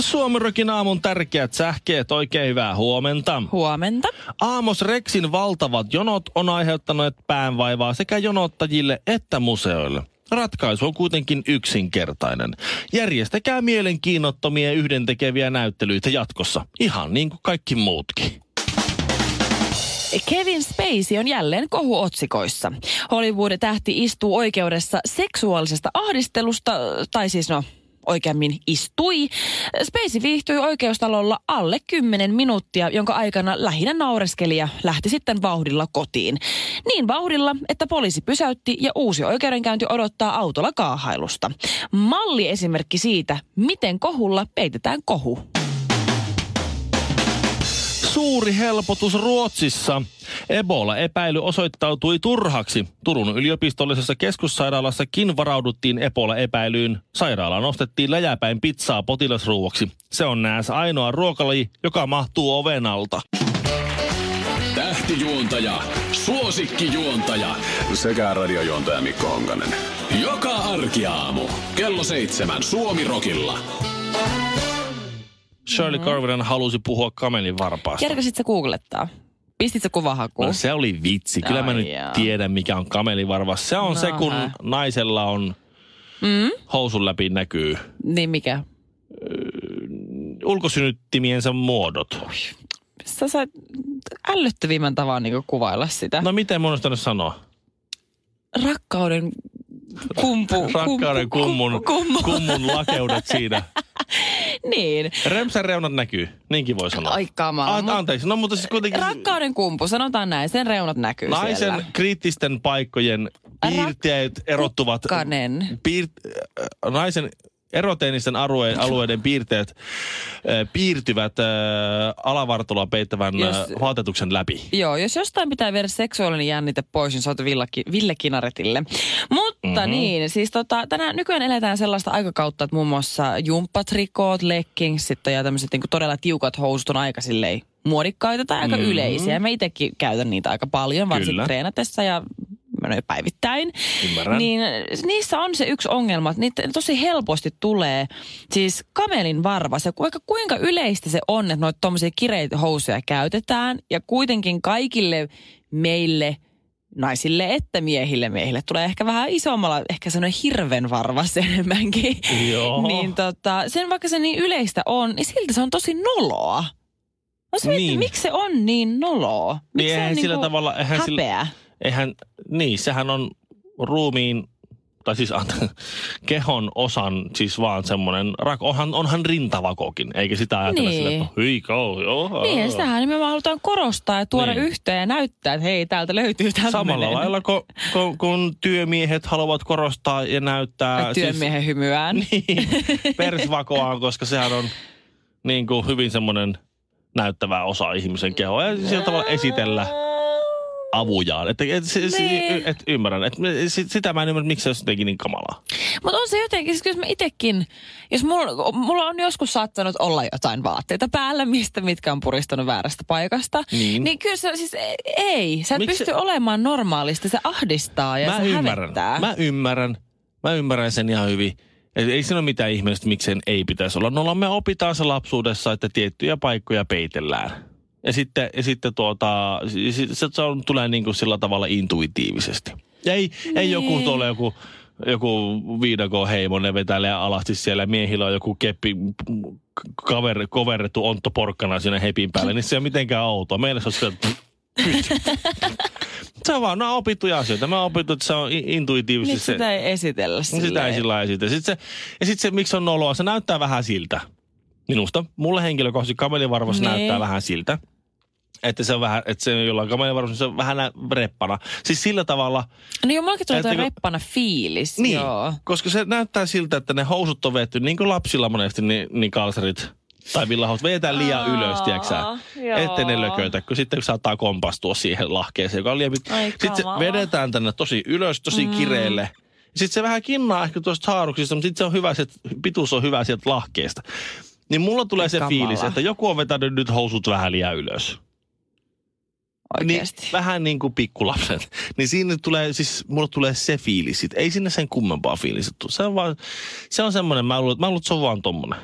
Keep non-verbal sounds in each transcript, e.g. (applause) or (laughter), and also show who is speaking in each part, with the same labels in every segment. Speaker 1: Suomirokin aamun tärkeät sähkeet, oikein hyvää huomenta.
Speaker 2: Huomenta.
Speaker 1: Aamos Rexin valtavat jonot on aiheuttanut päänvaivaa sekä jonottajille että museoille. Ratkaisu on kuitenkin yksinkertainen. Järjestäkää mielenkiinnottomia yhdentekeviä näyttelyitä jatkossa, ihan niin kuin kaikki muutkin.
Speaker 2: Kevin Spacey on jälleen kohuotsikoissa. Hollywood-tähti istuu oikeudessa seksuaalisesta ahdistelusta, tai siis no, oikeammin istui. Spacey viihtyi oikeustalolla alle 10 minuuttia, jonka aikana lähinnä naureskeli ja lähti sitten vauhdilla kotiin. Niin vauhdilla, että poliisi pysäytti ja uusi oikeudenkäynti odottaa autolla kaahailusta. Malli esimerkki siitä, miten kohulla peitetään kohu.
Speaker 1: Suuri helpotus Ruotsissa. Ebola-epäily osoittautui turhaksi. Turun yliopistollisessa keskussairaalassakin varauduttiin Ebola-epäilyyn. Sairaala nostettiin läjäpäin pizzaa potilasruuaksi. Se on nääs ainoa ruokalaji, joka mahtuu oven alta.
Speaker 3: Tähtijuontaja, suosikkijuontaja sekä radiojuontaja Mikko Honkanen. Joka arkiaamu kello seitsemän Suomirokilla.
Speaker 1: Shirley
Speaker 2: Mm-hmm.
Speaker 1: Carvinen halusi puhua kamelin varpaasta.
Speaker 2: Kerkäsit sä googlettaa? Pistit sä kuvahakuun?
Speaker 1: No se oli vitsi. Kyllä mä
Speaker 2: Ai
Speaker 1: nyt
Speaker 2: jaa.
Speaker 1: tiedän, mikä on kamelivarvas. Se on
Speaker 2: No
Speaker 1: se, kun
Speaker 2: hä.
Speaker 1: naisella on
Speaker 2: Mm?
Speaker 1: housun läpi näkyy
Speaker 2: Niin mikä?
Speaker 1: ulkosynnyttimiensä muodot.
Speaker 2: Sä sait ällöttävimmän tavan niin kuvailla sitä. No.
Speaker 1: No miten mun olisi pitänyt sanoa?
Speaker 2: Rakkauden kumpu.
Speaker 1: (laughs) Rakkauden kummun,
Speaker 2: kummu.
Speaker 1: kummun lakeudet siinä.
Speaker 2: (laughs) Niin.
Speaker 1: Remsen reunat näkyy, niinkin voi sanoa.
Speaker 2: Ai kamala.
Speaker 1: A, No. anteeksi, no mutta siis kuitenkin
Speaker 2: Rakkauden kumpu, sanotaan näin. Sen reunat näkyy
Speaker 1: naisen
Speaker 2: siellä.
Speaker 1: kriittisten paikkojen piirteet erottuvat.
Speaker 2: Kukkanen.
Speaker 1: Piir, äh, naisen eroteenisten alueen, alueiden piirteet äh, piirtyvät äh, alavartaloa peittävän Jos...
Speaker 2: Jos-
Speaker 1: äh, vaatetuksen läpi.
Speaker 2: Joo, jos jostain pitää viedä seksuaalinen jännite pois, niin se on Villaki, Ville Kinaretille. Mutta
Speaker 1: Mhm.
Speaker 2: mm-hmm. niin, siis tota, tänään nykyään eletään sellaista aikakautta, että muun muassa jumppatrikoot, leggingsit ja tämmöiset niin todella tiukat housut on aika silleen muodikkaita tai aika mm-hmm. yleisiä. Mä itsekin käytän niitä aika paljon, varsinkin
Speaker 1: Mhm. Kyllä.
Speaker 2: treenatessa ja noin päivittäin.
Speaker 1: Ymmärrän.
Speaker 2: Niin niissä on se yksi ongelma, että niitä tosi helposti tulee siis kamelin varvas. Ja vaikka kuinka yleistä se on, että noita tuommoisia kireitä housuja käytetään ja kuitenkin kaikille meille naisille että miehille. Miehille tulee ehkä vähän isommalla, ehkä sellainen hirven varvas enemmänkin.
Speaker 1: Joo.
Speaker 2: niin tota, sen vaikka se niin yleistä on, niin silti se on tosi noloa. No se
Speaker 1: Niin.
Speaker 2: niin. miksi se on niin noloa? Miksi
Speaker 1: Niin
Speaker 2: se on
Speaker 1: eihän sillä
Speaker 2: niinku
Speaker 1: tavalla, eihän sillä,
Speaker 2: häpeä?
Speaker 1: eihän, niin, sehän on ruumiin, tai siis anta- (laughs) kehon osan, siis vaan semmoinen, rak- onhan, onhan rintavakokin, eikä sitä ajatella niin.
Speaker 2: Niin.
Speaker 1: sillä, että hyi kau, joo.
Speaker 2: Niin, ja sitähän nimenomaan halutaan korostaa ja tuoda
Speaker 1: Niin.
Speaker 2: niin. yhteen ja näyttää, että hei, täältä löytyy tämmöinen.
Speaker 1: Samalla lailla, kun, kun, kun työmiehet haluavat korostaa ja näyttää
Speaker 2: Työmiehen siis... hymyään. Niin.
Speaker 1: siis, niin, (laughs) persvakoaan, koska sehän on niin kuin hyvin semmoinen näyttävä osa ihmisen kehoa. Ja sillä tavalla esitellä avujaan. Että et, se- se-
Speaker 2: Niin.
Speaker 1: et, ymmärrän. Et, sit- sitä mä en ymmärrä, miksi se olisi jotenkin niin kamalaa.
Speaker 2: Mutta on se jotenkin, siis kyllä mä itekin, jos mulla, mulla on joskus saattanut olla jotain vaatteita päällä, mistä mitkä on puristanut väärästä paikasta,
Speaker 1: Niin.
Speaker 2: niin, niin kyllä se siis e- ei. Sä et
Speaker 1: Miksi
Speaker 2: pysty
Speaker 1: se-
Speaker 2: olemaan normaalisti, se ahdistaa ja
Speaker 1: mä
Speaker 2: se
Speaker 1: ymmärrän.
Speaker 2: hävettää.
Speaker 1: Mä ymmärrän. Mä ymmärrän sen ihan hyvin. Et ei siinä ole mitään ihmeellistä, miksen ei pitäisi olla. No me opitaan se lapsuudessa, että tiettyjä paikkoja peitellään. Ja sitten, ja sitten tuota, si- si- se, se on, tulee niin kuin sillä tavalla intuitiivisesti. Ja ei,
Speaker 2: Niin.
Speaker 1: ei joku tuolla joku, joku viidakon heimonen vetäilee alasti siellä. Miehillä on joku keppi mm, kaver, koverrettu ontto porkkana siinä hepin päällä. Niin se ei ole mitenkään outoa. Meillä se on sillä, se on vaan, no opittuja asioita. Mä oon opittu, että se on i- intuitiivisesti.
Speaker 2: Miksi
Speaker 1: se,
Speaker 2: sitä ei esitellä
Speaker 1: siis No
Speaker 2: silleen?
Speaker 1: sitä ei sillä lailla esitä. Sitten se, ja sitten se, miksi se on noloa, se näyttää vähän siltä. Minusta, mulle henkilökohtaisesti kamelivarvas
Speaker 2: Niin.
Speaker 1: näyttää vähän siltä. Että se on vähän, että se on jollain kamelivarustus, se on vähän nä- reppana. Siis sillä tavalla,
Speaker 2: No joo, mullakin tulee toi
Speaker 1: Ajattelin-
Speaker 2: reppana fiilis.
Speaker 1: niin,
Speaker 2: Joo.
Speaker 1: koska se näyttää siltä, että ne housut on vetty, niin kuin lapsilla monesti, niin, niin kalsarit tai villahousut vedetään liian
Speaker 2: Aa,
Speaker 1: ylös, tiedäksä,
Speaker 2: joo.
Speaker 1: ettei ne lököitä, kun sitten saattaa kompastua siihen lahkeeseen, joka on liian pit-
Speaker 2: Ai
Speaker 1: Sitten se
Speaker 2: kamala.
Speaker 1: vedetään tänne tosi ylös, tosi mm. kireelle. Sitten se vähän kinnaa ehkä tuosta haaruksista, mutta sitten se on hyvä, se pituus on hyvä sieltä lahkeesta. Niin mulla tulee se
Speaker 2: Kamala.
Speaker 1: fiilis, että joku on vetänyt nyt housut vähän liian ylös.
Speaker 2: Oikeesti.
Speaker 1: Niin, vähän niin kuin pikkulapset. (laughs) Niin siinä tulee, siis mulle tulee se fiilis. sit. Ei sinne sen kummempaa fiilistä tule. Se on vaan, se on semmoinen, mä luulen, mä luulen, että se on vaan tommonen.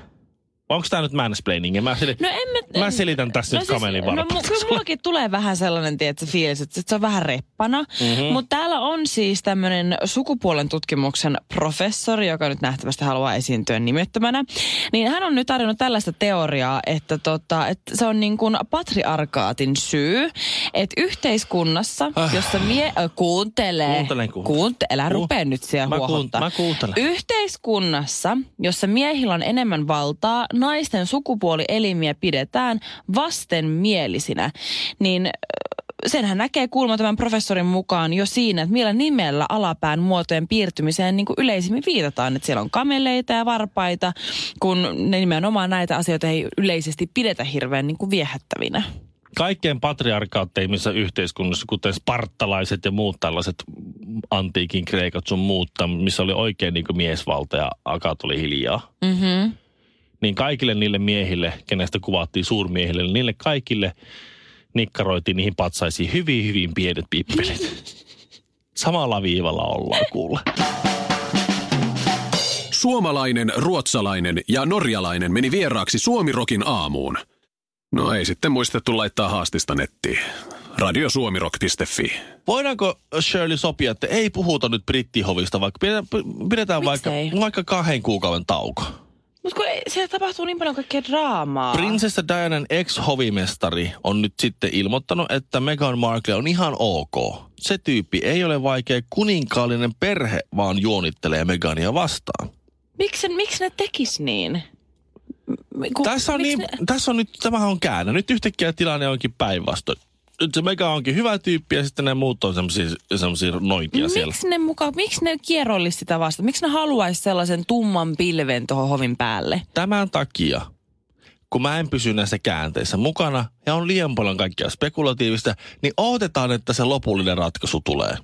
Speaker 1: Vai onko tää nyt mansplaining? Mä, sel-
Speaker 2: No en mä...
Speaker 1: mä
Speaker 2: en-
Speaker 1: selitän tässä nyt kamelin
Speaker 2: no, mu- kyllä mullakin tulee vähän sellainen tiedätkö, fiilis, että se on vähän reppana. Mm-hmm. Mutta täällä on siis tämmöinen sukupuolen tutkimuksen professori, joka nyt nähtävästi haluaa esiintyä nimettömänä. Niin hän on nyt tarjonnut tällaista teoriaa, että, tota, että se on niin kuin patriarkaatin syy, että yhteiskunnassa,
Speaker 1: Ah.
Speaker 2: jossa mie... Äh, kuuntelee.
Speaker 1: Kuuntelen, kuuntelen.
Speaker 2: Kuunte- älä
Speaker 1: Ku-
Speaker 2: rupea nyt siellä
Speaker 1: Mä kuun-
Speaker 2: huohottaa.
Speaker 1: mä kuuntelen.
Speaker 2: Yhteiskunnassa, jossa miehillä on enemmän valtaa, naisten sukupuolielimiä pidetään vastenmielisinä, niin ö, senhän näkee kuulma tämän professorin mukaan jo siinä, että millä nimellä alapään muotojen piirtymiseen niin kuin yleisimmin viitataan. Että siellä on kameleita ja varpaita, kun ne nimenomaan näitä asioita ei yleisesti pidetä hirveän niin kuin viehättävinä.
Speaker 1: kaikkein patriarkaatteimmissa yhteiskunnissa, kuten spartalaiset ja muut tällaiset antiikin kreikat sun muutta, missä oli oikein niin miesvalta ja akat oli hiljaa.
Speaker 2: Mm-hmm.
Speaker 1: Niin kaikille niille miehille, kenestä kuvattiin suurmiehille, niin niille kaikille nikkaroitiin niihin patsaisiin hyvin, hyvin pienet pippelit. Samalla viivalla ollaan kuule.
Speaker 3: Suomalainen, ruotsalainen ja norjalainen meni vieraaksi Suomirokin aamuun. No ei sitten muistettu laittaa haastista nettiin. Radiosuomirok.fi.
Speaker 1: Voidaanko Shirley sopia, että ei puhuta nyt brittihovista, vaikka pidetään, pidetään vaikka,
Speaker 2: Miksei?
Speaker 1: vaikka kahden kuukauden tauko?
Speaker 2: Mutta kun ei- siellä tapahtuu niin paljon kaikkea draamaa.
Speaker 1: Prinsessa Dianan ex-hovimestari on nyt sitten ilmoittanut, että Meghan Markle on ihan ok. Se tyyppi ei ole vaikea kuninkaallinen perhe, vaan juonittelee Megania vastaan.
Speaker 2: Miksi, miksi ne tekis niin? M- Kun,
Speaker 1: tässä, on
Speaker 2: miksi
Speaker 1: niin,
Speaker 2: Ne,
Speaker 1: tässä on nyt, tämähän on käännä. Nyt yhtäkkiä tilanne onkin päinvastoin. Nyt se Meghan onkin hyvä tyyppi ja sitten ne muut on semmoisia noitia siellä.
Speaker 2: miksi ne mukaan, miksi ne kierrollisi sitä vasta? Miksi ne haluaisi sellaisen tumman pilven tuohon hovin päälle?
Speaker 1: Tämän takia, kun mä en pysy näissä käänteissä mukana ja on liian paljon kaikkea spekulatiivista, niin odotetaan, että se lopullinen ratkaisu tulee.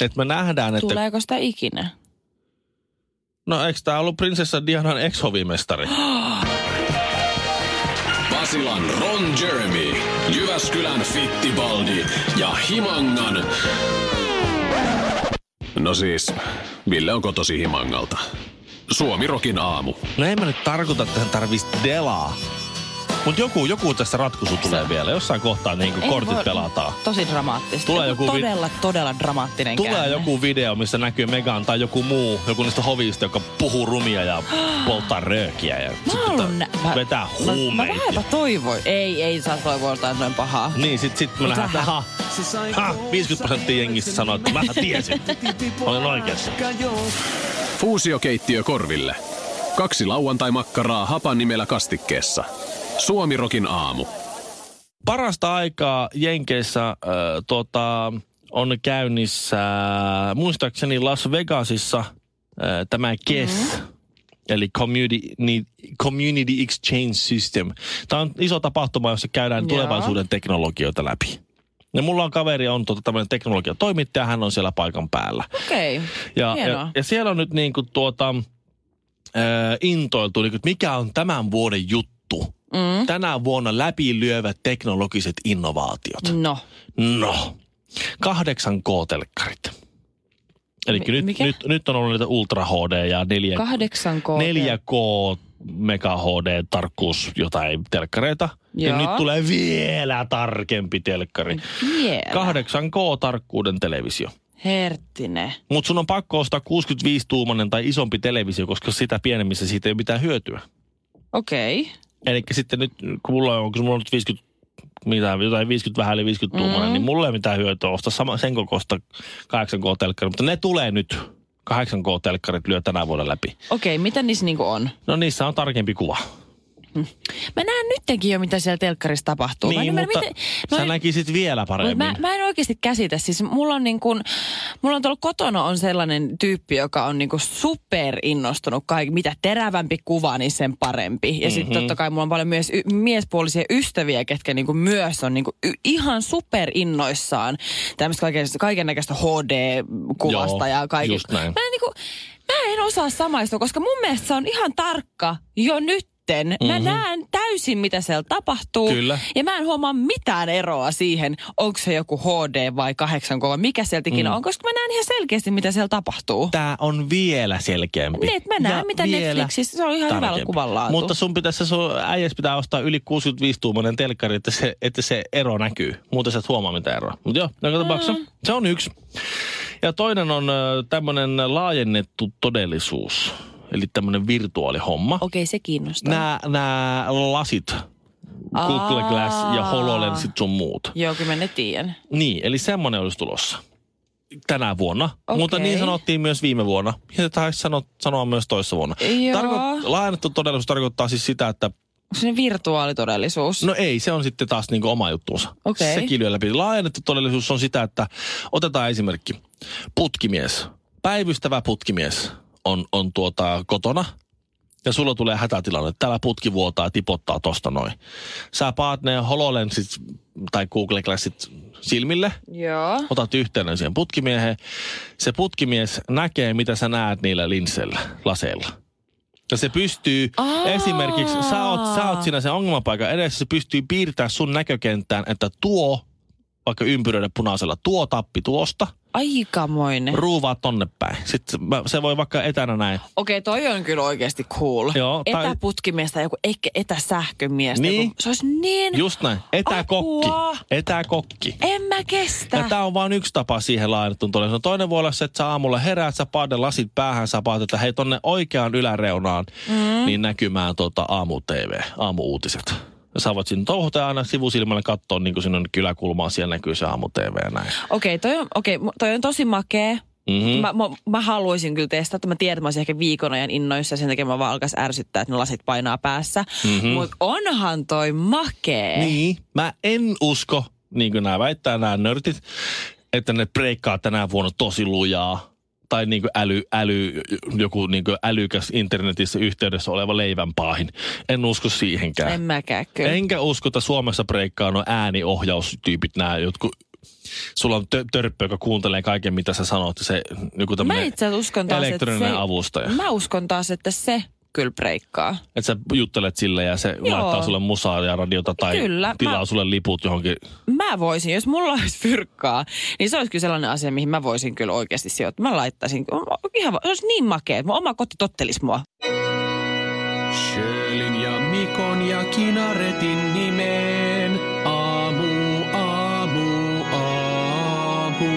Speaker 1: Että me nähdään, että
Speaker 2: Tuleeko sitä ikinä?
Speaker 1: No eikö tää ollut prinsessa Dianan ex-hovimestari?
Speaker 3: Basilan Ron Jeremy, Jyväskylän Fittibaldi ja Himangan... No siis, Ville on kotosi Himangalta. Suomirokin aamu.
Speaker 1: No en mä nyt tarkoita, että hän tarvitsisi delaa. Mut joku, joku tästä ratkaisu tulee vielä. Jossain kohtaa niin
Speaker 2: Ei
Speaker 1: kortit
Speaker 2: voi-
Speaker 1: pelataan.
Speaker 2: Tosi dramaattista.
Speaker 1: Tulee joku vi-
Speaker 2: todella, todella dramaattinen
Speaker 1: Tulee
Speaker 2: käänne.
Speaker 1: joku video, missä näkyy Megan tai joku muu, joku niistä hovista, joka puhuu rumia
Speaker 2: (gasps)
Speaker 1: ja polttaa röökiä. Ja sit tota
Speaker 2: Mä haluun nä- mä-
Speaker 1: vetää
Speaker 2: Mä, mä
Speaker 1: huumeita.
Speaker 2: vähänpä toivoin. Ei, ei saa toivoa jotain noin pahaa.
Speaker 1: Niin, sit, sit me
Speaker 2: Mut
Speaker 1: nähdään, että
Speaker 2: vähän.
Speaker 1: ha, ha, 50 prosenttia jengistä sanoo, että mä
Speaker 2: (laughs)
Speaker 1: tiesin. Olin oikeassa.
Speaker 3: Fuusiokeittiö korville. Kaksi lauantai-makkaraa hapan nimellä kastikkeessa. Suomirokin aamu.
Speaker 1: parasta aikaa Jenkeissä äh, tota, on käynnissä, äh, muistaakseni Las Vegasissa äh, tämä KES, mm-hmm. eli Community, ni- Community Exchange System. Tämä on iso tapahtuma, jossa käydään
Speaker 2: Joo.
Speaker 1: tulevaisuuden teknologioita läpi. Ja mulla on kaveri, on tuota, tämmöinen teknologiatoimittaja, hän on siellä paikan päällä.
Speaker 2: Okei. Okay.
Speaker 1: Ja,
Speaker 2: Hienoa.
Speaker 1: ja, ja siellä on nyt niin kuin tuota, ää, intoiltu, niin kuin, että mikä on tämän vuoden juttu. Mm. Tänä vuonna läpilyövät teknologiset innovaatiot.
Speaker 2: No.
Speaker 1: No, kahdeksan K-telkkarit. Eli
Speaker 2: Mi-
Speaker 1: nyt,
Speaker 2: mikä?
Speaker 1: nyt, nyt on ollut niitä Ultra HD ja 4,
Speaker 2: Kahdeksan K.
Speaker 1: 4K Mega HD tarkkuus jotain telkkareita. Ja
Speaker 2: Joo.
Speaker 1: nyt tulee vielä tarkempi telkkari.
Speaker 2: Vielä.
Speaker 1: 8K tarkkuuden televisio.
Speaker 2: Herttinen.
Speaker 1: Mutta sun on pakko ostaa 65-tuumanen tai isompi televisio, koska sitä pienemmissä siitä ei ole mitään hyötyä.
Speaker 2: Okei. Okay.
Speaker 1: Eli sitten nyt, kun mulla on, onko mulla on nyt 50, mitä, jotain 50 vähän eli 50 tuumanen, mm. niin mulla ei ole mitään hyötyä ostaa sama, sen kokoista 8K-telkkari. Mutta ne tulee nyt. 8K-telkkarit lyö tänä vuonna läpi.
Speaker 2: Okei, mitä niissä niinku on?
Speaker 1: No niissä on tarkempi kuva.
Speaker 2: Mä näen nyttenkin jo, mitä siellä telkkarissa tapahtuu. mä en
Speaker 1: Niin,
Speaker 2: ymmärrä,
Speaker 1: mutta
Speaker 2: miten-
Speaker 1: sä
Speaker 2: en-
Speaker 1: näkisit vielä paremmin.
Speaker 2: Mut Mä, mä en oikeasti käsitä. Siis mulla on niin kun, mulla on tuolla kotona on sellainen tyyppi, joka on niin kun super innostunut kaikki. Mitä terävämpi kuva, niin sen parempi. Ja mm-hmm.
Speaker 1: Mhm.
Speaker 2: sitten totta kai mulla on paljon myös y- miespuolisia ystäviä, ketkä niin kun myös on niin kun y- ihan super innoissaan tämmöistä kaiken näköistä HD-kuvasta
Speaker 1: Joo,
Speaker 2: ja kaikista.
Speaker 1: just näin.
Speaker 2: Mä en, niin kun, mä en osaa samaistua, koska mun mielestä se on ihan tarkka jo nyt. Mä mm-hmm. näen täysin, mitä siellä tapahtuu.
Speaker 1: Mhm. Kyllä.
Speaker 2: Ja mä en huomaa mitään eroa siihen, onko se joku HD vai 8K, mikä sieltä ikinä mm. on, koska mä näen ihan selkeästi, mitä siellä tapahtuu.
Speaker 1: Tämä on vielä selkeämpi.
Speaker 2: Niin, että mä näen,
Speaker 1: Ja
Speaker 2: mitä
Speaker 1: vielä
Speaker 2: Netflixissä- se on ihan hyvällä
Speaker 1: tarkempi.
Speaker 2: kuvanlaatu.
Speaker 1: Mutta sun pitäisi, se sun äijäs pitää ostaa yli 65-tuumainen telkkari, että se, että se ero näkyy. Muuten sä et huomaa mitä eroa. Mutta joo, joka
Speaker 2: Mm.
Speaker 1: tapauksessa se on yksi. Ja toinen on tämmöinen laajennettu todellisuus, eli tämmöinen virtuaalihomma.
Speaker 2: Okei, se kiinnostaa.
Speaker 1: Nämä, nämä lasit, Google Glass ja
Speaker 2: Aa.
Speaker 1: HoloLensit sun muut.
Speaker 2: Joo, kyllä mä ne tiedän.
Speaker 1: Niin, eli semmoinen olisi tulossa tänä vuonna. Okay.
Speaker 2: Okei.
Speaker 1: Mutta niin sanottiin myös viime vuonna. Ja taisi sano, sanoa myös toissa vuonna.
Speaker 2: Joo.
Speaker 1: laajennettu todellisuus tarkoittaa siis sitä, että
Speaker 2: Onko se ne virtuaalitodellisuus?
Speaker 1: no ei, se on sitten taas niinku oma juttuunsa.
Speaker 2: Okei.
Speaker 1: Sekin lyö läpi. Laajennettu todellisuus on sitä, että otetaan esimerkki. Putkimies, päivystävä putkimies on, on tuota kotona ja sulla tulee hätätilanne. Täällä putki vuotaa ja tipottaa tosta noin. Sä paat ne HoloLensit tai Google Glassit silmille –
Speaker 2: Joo.
Speaker 1: otat yhteyden siihen putkimieheen. Se putkimies näkee, mitä sä näet niillä linseillä, laseilla. Ja se pystyy
Speaker 2: Aa.
Speaker 1: esimerkiksi, sä oot, sä oot siinä sen ongelmapaikan edessä, se pystyy piirtämään sun näkökenttään, että tuo, vaikka ympyröiden punaisella, tuo tappi tuosta,
Speaker 2: Aikamoinen.
Speaker 1: ruuvaa tonne päin. Sitten mä- se voi vaikka etänä näin.
Speaker 2: Okei, toi on kyllä oikeasti cool.
Speaker 1: Joo, tai-
Speaker 2: Etäputkimiestä, joku ehkä etäsähkömiestä.
Speaker 1: Niin.
Speaker 2: joku- Se olisi niin...
Speaker 1: Just näin, etäkokki,
Speaker 2: Apua.
Speaker 1: etäkokki.
Speaker 2: En mä kestä.
Speaker 1: Ja tämä on vain yksi tapa siihen laajennettuun todellisuuteen. Toinen voi olla se, että sä aamulla heräät, sä paat ne lasit päähän, sä paat, että hei tonne oikeaan yläreunaan, mm. niin näkymään tota aamu-tv, aamu-uutiset. Ja sä voit sinne touhuta ja aina sivusilmällä katsoa, niin kuin sinne on kyläkulmaa, siellä näkyy se aamu-tv ja näin.
Speaker 2: Okei, toi, on, okei, mu- toi on tosi makea.
Speaker 1: Mhm.
Speaker 2: Mm-hmm. Mä, mä, mä, haluaisin kyllä testata, että mä tiedän, että mä olisin ehkä viikon ajan innoissa ja sen takia mä vaan alkaisin ärsyttää, että ne lasit painaa päässä. Mm-hmm. Mutta onhan toi makee.
Speaker 1: Niin, mä en usko, niin kuin nämä väittää nämä nörtit, että ne breikkaa tänä vuonna tosi lujaa. Tai niin kuin äly, äly, joku niin kuin älykäs internetissä yhteydessä oleva leivänpaahin. En usko siihenkään.
Speaker 2: En mäkään kyllä.
Speaker 1: Enkä usko, että Suomessa breikkaa no ääniohjaustyypit nämä jotkut. Sulla on tö- törppö, joka kuuntelee kaiken, mitä sä sanot. Se joku
Speaker 2: mä
Speaker 1: tämmöinen
Speaker 2: itse asiassa uskon taas, että
Speaker 1: elektroninen
Speaker 2: se,
Speaker 1: avustaja.
Speaker 2: Mä uskon taas, että se kyllä breikkaa.
Speaker 1: Että sä juttelet sille ja se
Speaker 2: Joo.
Speaker 1: laittaa sulle musaa ja radiota tai
Speaker 2: Kyllä,
Speaker 1: tilaa
Speaker 2: mä-
Speaker 1: sulle liput johonkin.
Speaker 2: Mä voisin, jos mulla olisi fyrkkaa, niin se olisi kyllä sellainen asia, mihin mä voisin kyllä oikeasti sijoittaa. Mä laittaisin, ihan, va- se olisi niin makea, että mun oma koti tottelisi mua.
Speaker 3: Sjölin ja Mikon ja Kinaretin nimeen. Aamu, aamu, aamu.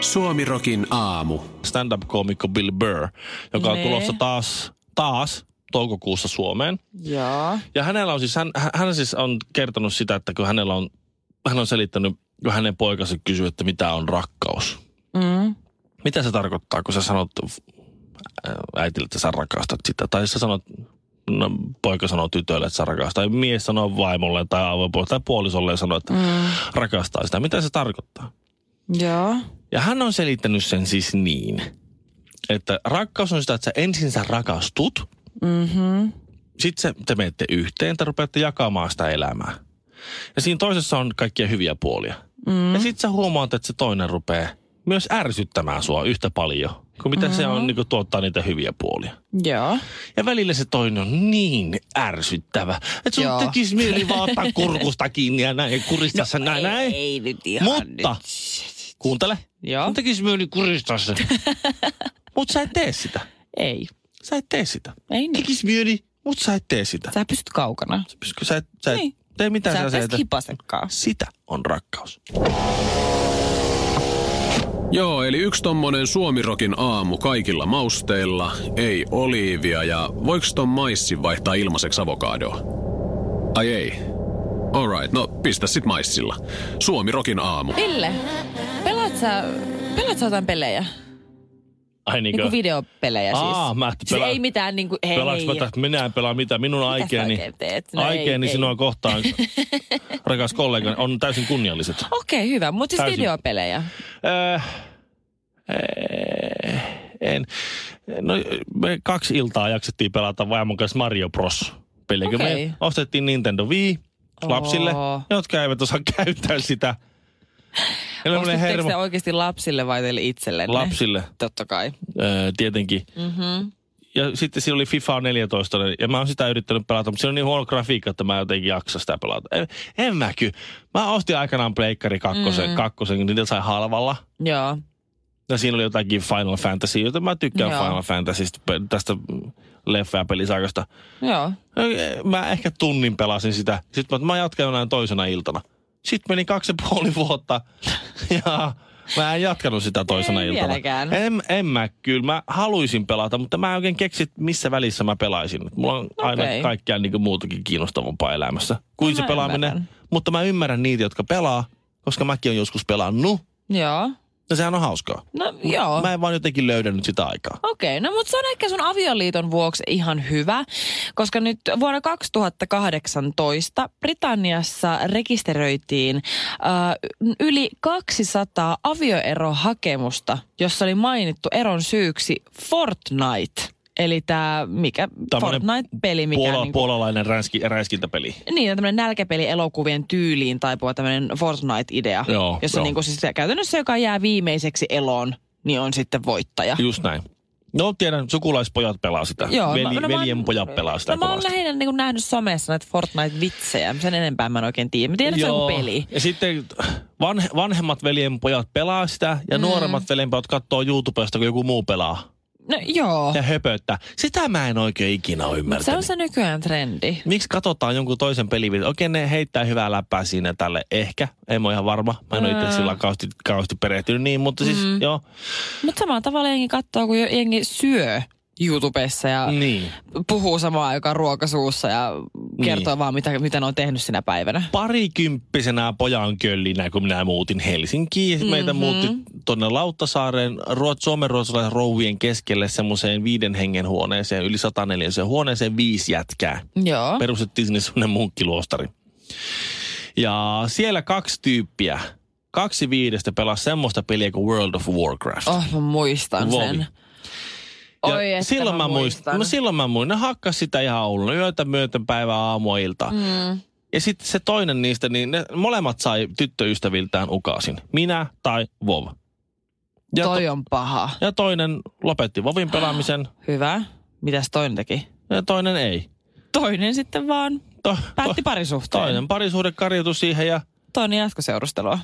Speaker 3: Suomirokin aamu.
Speaker 1: Stand-up-koomikko Bill Burr, joka on
Speaker 2: Nee.
Speaker 1: tulossa taas, taas toukokuussa Suomeen.
Speaker 2: Joo.
Speaker 1: Ja hänellä on siis, hän, hän siis on kertonut sitä, että kun hänellä on, hän on selittänyt, kun hänen poikansa kysyy, että mitä on rakkaus.
Speaker 2: Mm.
Speaker 1: Mitä se tarkoittaa, kun sä sanot ää, äitille, että sä rakastat sitä? Tai sä sanot, no, poika sanoo tytölle, että sä rakastat. Tai mies sanoo vaimolle tai avopuolelle tai puolisolle ja sanoo, että mm. rakastaa sitä. Mitä se tarkoittaa?
Speaker 2: Joo.
Speaker 1: Ja hän on selittänyt sen siis niin, että rakkaus on sitä, että sä ensin sä rakastut. Mm-hmm. Sitten se, te menette yhteen, te rupeatte jakamaan sitä elämää. Ja siinä toisessa on kaikkia hyviä puolia. Mm. Ja sitten sä huomaat, että se toinen rupeaa myös ärsyttämään sua yhtä paljon, kuin mitä mm-hmm. se on niin kuin, tuottaa niitä hyviä puolia.
Speaker 2: Joo.
Speaker 1: Ja välillä se toinen on niin ärsyttävä, että sun
Speaker 2: Joo.
Speaker 1: tekisi mieli vaan ottaa kurkusta kiinni ja näin, kurista no, näin, näin.
Speaker 2: Ei nyt ihan
Speaker 1: Mutta-
Speaker 2: nyt.
Speaker 1: Kuuntele.
Speaker 2: Joo.
Speaker 1: Mun tekisi mieli kuristaa sen.
Speaker 2: (laughs)
Speaker 1: mut sä et tee sitä.
Speaker 2: Ei.
Speaker 1: Sä et tee sitä.
Speaker 2: Ei niin.
Speaker 1: Tekis mieli, mut sä et tee sitä.
Speaker 2: Sä pysyt kaukana.
Speaker 1: Sä, sä, et, sä et
Speaker 2: Niin.
Speaker 1: tee mitään.
Speaker 2: Sä
Speaker 1: sä
Speaker 2: et
Speaker 1: et-
Speaker 2: hipasekaan.
Speaker 1: sitä on rakkaus.
Speaker 3: Joo, eli yksi tommonen suomirokin aamu kaikilla mausteilla, ei oliivia ja voiks ton maissi vaihtaa ilmaiseksi avokadoa? Ai ei. Alright, no pistä sit maissilla. Suomirokin aamu.
Speaker 2: Ville, pelaat sä, pelaat sä jotain pelejä?
Speaker 1: Ai
Speaker 2: Niin
Speaker 1: niinkö?
Speaker 2: kuin videopelejä siis.
Speaker 1: Aa, mä
Speaker 2: siis
Speaker 1: pelaan-
Speaker 2: ei mitään niin kuin, hei.
Speaker 1: Pelaanko mä tästä? Minä en pelaa mitään. Minun
Speaker 2: sä
Speaker 1: aikeeni,
Speaker 2: oikein teet? No ei,
Speaker 1: aikeeni
Speaker 2: ei.
Speaker 1: sinua kohtaan,
Speaker 2: (laughs)
Speaker 1: rakas kollega, on täysin kunnialliset.
Speaker 2: Okei, okay, hyvä. Mutta siis
Speaker 1: Täysin.
Speaker 2: videopelejä.
Speaker 1: Öö, eh, en. No, me kaksi iltaa jaksettiin pelata vaimon kanssa Mario Bros. Peliä. kun
Speaker 2: Okei.
Speaker 1: Me ostettiin Nintendo Wii lapsille,
Speaker 2: Oo.
Speaker 1: jotka eivät osaa (laughs) käyttää sitä. Ja me menee
Speaker 2: Ostatteko
Speaker 1: hermo
Speaker 2: te oikeasti lapsille vai teille itsellenne?
Speaker 1: lapsille,
Speaker 2: Totta kai.
Speaker 1: öö, tietenkin.
Speaker 2: Mm-hmm.
Speaker 1: Ja sitten siinä oli FIFA 14, ja mä oon sitä yrittänyt pelata, mutta siinä on niin huono grafiikka, että mä en jotenkin jaksa sitä pelata. En, en mä kyllä. Mä ostin aikanaan Pleikkari kakkosen,
Speaker 2: Mm.
Speaker 1: mm. kakkosen, kun niitä sai halvalla.
Speaker 2: Joo.
Speaker 1: No siinä oli jotakin Final Fantasy, jota mä tykkään
Speaker 2: Joo.
Speaker 1: Joo. Final Fantasysta, pe- tästä leffa- ja pelisarjasta.
Speaker 2: Joo.
Speaker 1: No, e, Mä ehkä tunnin pelasin sitä. Sitten mä, mä jatkan näin toisena iltana. Sitten meni kaksi ja puoli vuotta (laughs) ja mä en jatkanut sitä toisena
Speaker 2: Ei
Speaker 1: iltana.
Speaker 2: vieläkään.
Speaker 1: En, en mä kyllä. Mä haluaisin pelata, mutta mä en oikein keksi, että missä välissä mä pelaisin. Mulla on aina
Speaker 2: Okei.
Speaker 1: kaikkea niin muutakin kiinnostavampaa elämässä kuin
Speaker 2: No
Speaker 1: se
Speaker 2: mä
Speaker 1: pelaaminen.
Speaker 2: ymmärrän.
Speaker 1: Mutta mä ymmärrän niitä, jotka pelaa, koska mäkin on joskus pelannut.
Speaker 2: Joo.
Speaker 1: Ja sehän on hauskaa.
Speaker 2: No joo.
Speaker 1: Mä en vaan jotenkin löydänyt sitä aikaa.
Speaker 2: Okei, no mutta se on ehkä sun avioliiton vuoksi ihan hyvä, koska nyt vuonna 2018 Britanniassa rekisteröitiin äh, yli 200 avioerohakemusta, jossa oli mainittu eron syyksi Fortnite. Eli tämä mikä
Speaker 1: Tämmönen
Speaker 2: Fortnite-peli, mikä
Speaker 1: Puola,
Speaker 2: niinku-
Speaker 1: Puolalainen räiski, räiskintäpeli.
Speaker 2: Niin, tämmöinen nälkäpeli elokuvien tyyliin taipuva tämmöinen Fortnite-idea,
Speaker 1: Joo,
Speaker 2: jossa
Speaker 1: joo.
Speaker 2: Niinku siis käytännössä joka jää viimeiseksi eloon, niin on sitten voittaja.
Speaker 1: Just näin. No tiedän, sukulaispojat pelaa sitä. Joo, Veli, no,
Speaker 2: mä
Speaker 1: veljen
Speaker 2: oon-
Speaker 1: pojat pelaa sitä
Speaker 2: No mä oon
Speaker 1: kovasti.
Speaker 2: lähinnä niin nähnyt somessa näitä Fortnite-vitsejä. Sen enempää mä en oikein tiedä. Mä tiedän, että se on joku peli.
Speaker 1: Ja sitten vanhe, vanhemmat veljen pojat pelaa sitä ja mm. nuoremmat veljen pojat katsoo YouTubesta, kun joku muu pelaa.
Speaker 2: No joo.
Speaker 1: Ja höpöttää. Sitä mä en oikein ikinä ole
Speaker 2: Se on
Speaker 1: ymmärtänyt.
Speaker 2: se nykyään trendi.
Speaker 1: Miksi katsotaan jonkun toisen pelin? Okei, ne heittää hyvää läppää siinä tälle. Ehkä. En mä ole ihan varma. Mä en ole
Speaker 2: Ää.
Speaker 1: itse sillä kauheasti, kauheasti perehtynyt niin, mutta siis
Speaker 2: Mm.
Speaker 1: mm. joo.
Speaker 2: Mutta samalla tavalla jengi katsoo, kun jengi syö YouTubessa ja mm.
Speaker 1: Niin.
Speaker 2: puhuu samaan aikaan ruokasuussa ja kertoo niin. vaan, mitä, mitä ne on tehnyt sinä päivänä.
Speaker 1: parikymppisenä pojan köllinä, kun minä muutin Helsinkiin. Ja sit Meitä
Speaker 2: Mhm.
Speaker 1: muutti tuonne Lauttasaareen ruot, suomenruotsalaisen rouvien keskelle semmoiseen viiden hengen huoneeseen, yli 104 huoneeseen viisi jätkää.
Speaker 2: Joo.
Speaker 1: Perustettiin sinne semmoinen munkkiluostari. Ja siellä kaksi tyyppiä, kaksi viidestä pelasi semmoista peliä kuin World of Warcraft.
Speaker 2: Oh, mä muistan
Speaker 1: Vovi.
Speaker 2: sen.
Speaker 1: Ja
Speaker 2: Oi, että
Speaker 1: silloin mä muistan. No, silloin mä muistan. Ne hakkas sitä ihan Oulun yötä myöten päivää aamua iltaa.
Speaker 2: mm.
Speaker 1: Ja sitten se toinen niistä, niin ne molemmat sai tyttöystäviltään ukaasin. Minä tai Vov. Ja,
Speaker 2: Toi on paha.
Speaker 1: ja toinen lopetti Vovin pelaamisen
Speaker 2: Hyvä. Mitäs toinen teki?
Speaker 1: ja toinen ei.
Speaker 2: Toinen sitten vaan
Speaker 1: To,
Speaker 2: päätti parisuhteen.
Speaker 1: toinen parisuhde karjutui siihen ja
Speaker 2: Toinen jatkoseurustelua.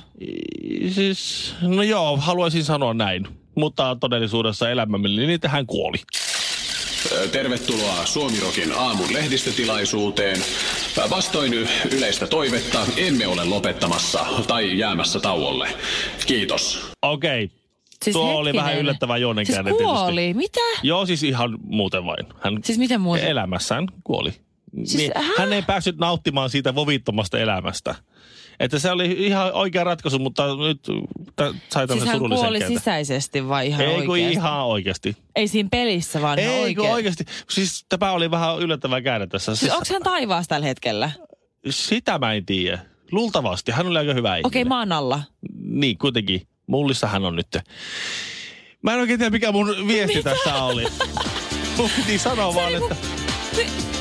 Speaker 1: i- siis, no joo, haluaisin sanoa näin. Mutta todellisuudessa elämämme, niin tähän kuoli.
Speaker 3: Ö, Tervetuloa Suomirokin aamun lehdistötilaisuuteen. Ö, Vastoin y- yleistä toivetta, emme ole lopettamassa tai jäämässä tauolle. Kiitos.
Speaker 1: Okei, okay. tuo oli vähän yllättävää Joonen
Speaker 2: Siis
Speaker 1: käänne tietysti.
Speaker 2: kuoli, mitä?
Speaker 1: Joo, siis ihan muuten vain. Hän
Speaker 2: Siis miten muuten?
Speaker 1: elämässään kuoli.
Speaker 2: Siis,
Speaker 1: niin,
Speaker 2: hä?
Speaker 1: hän ei päässyt nauttimaan siitä vovittomasta elämästä. Että se oli ihan oikea ratkaisu, mutta nyt tä, sai
Speaker 2: Siis
Speaker 1: tämmöisen
Speaker 2: hän
Speaker 1: surullisen
Speaker 2: kuoli
Speaker 1: kentän.
Speaker 2: sisäisesti vai ihan
Speaker 1: Ei kun
Speaker 2: oikeasti?
Speaker 1: ihan oikeasti.
Speaker 2: Ei siinä pelissä, vaan ihan
Speaker 1: Ei kun
Speaker 2: oikeasti.
Speaker 1: oikeasti. Siis tämä oli vähän yllättävää käydä tässä.
Speaker 2: Siis
Speaker 1: Siis,
Speaker 2: onko hän taivaassa tällä hetkellä?
Speaker 1: Sitä mä en tiedä. Luultavasti. Hän oli aika hyvä ihminen.
Speaker 2: Okei, maan alla.
Speaker 1: Niin, kuitenkin. Mullissa hän on nyt. Mä en oikein tiedä, mikä mun viesti Mitä? tässä oli. Mun piti sanoa vaan,
Speaker 2: niinku-
Speaker 1: että...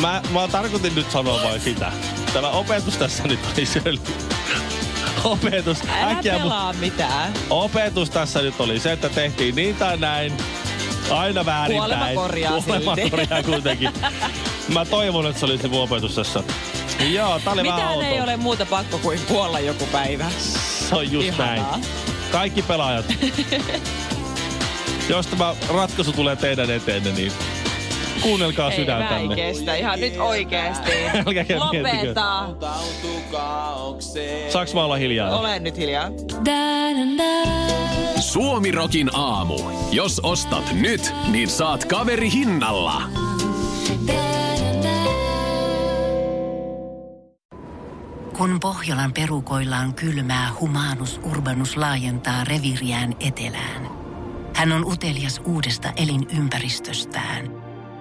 Speaker 1: Mä, mä tarkoitin nyt sanoa vain sitä. Tämä opetus tässä nyt oli se oli- Opetus.
Speaker 2: Älä
Speaker 1: Äkkiä mun,
Speaker 2: pelaa mitään.
Speaker 1: opetus tässä nyt oli se, että tehtiin niin tai näin. Aina väärin
Speaker 2: Kuolema
Speaker 1: päin.
Speaker 2: korjaa
Speaker 1: Kuolema
Speaker 2: silti.
Speaker 1: korjaa kuitenkin. Mä toivon, että se oli se mun opetus tässä. Joo, tää oli vähän
Speaker 2: Mitään
Speaker 1: outoa.
Speaker 2: ei ole muuta pakko kuin kuolla joku päivä.
Speaker 1: Se on just
Speaker 2: Ihanaa.
Speaker 1: näin. Kaikki pelaajat. Jos tämä ratkaisu tulee teidän eteenne, niin kuunnelkaa
Speaker 2: Ei, mä en
Speaker 1: sydäntänne.
Speaker 2: kestä. Ihan nyt
Speaker 1: (laughs)
Speaker 2: oikeesti.
Speaker 1: Älkääkä miettikö.
Speaker 2: Lopeta.
Speaker 1: Saanko mä olla hiljaa?
Speaker 2: Ole nyt hiljaa.
Speaker 3: Suomirokin aamu. Jos ostat nyt, niin saat kaveri hinnalla.
Speaker 4: Kun Pohjolan perukoillaan kylmää, humanus urbanus laajentaa reviriään etelään. Hän on utelias uudesta elinympäristöstään.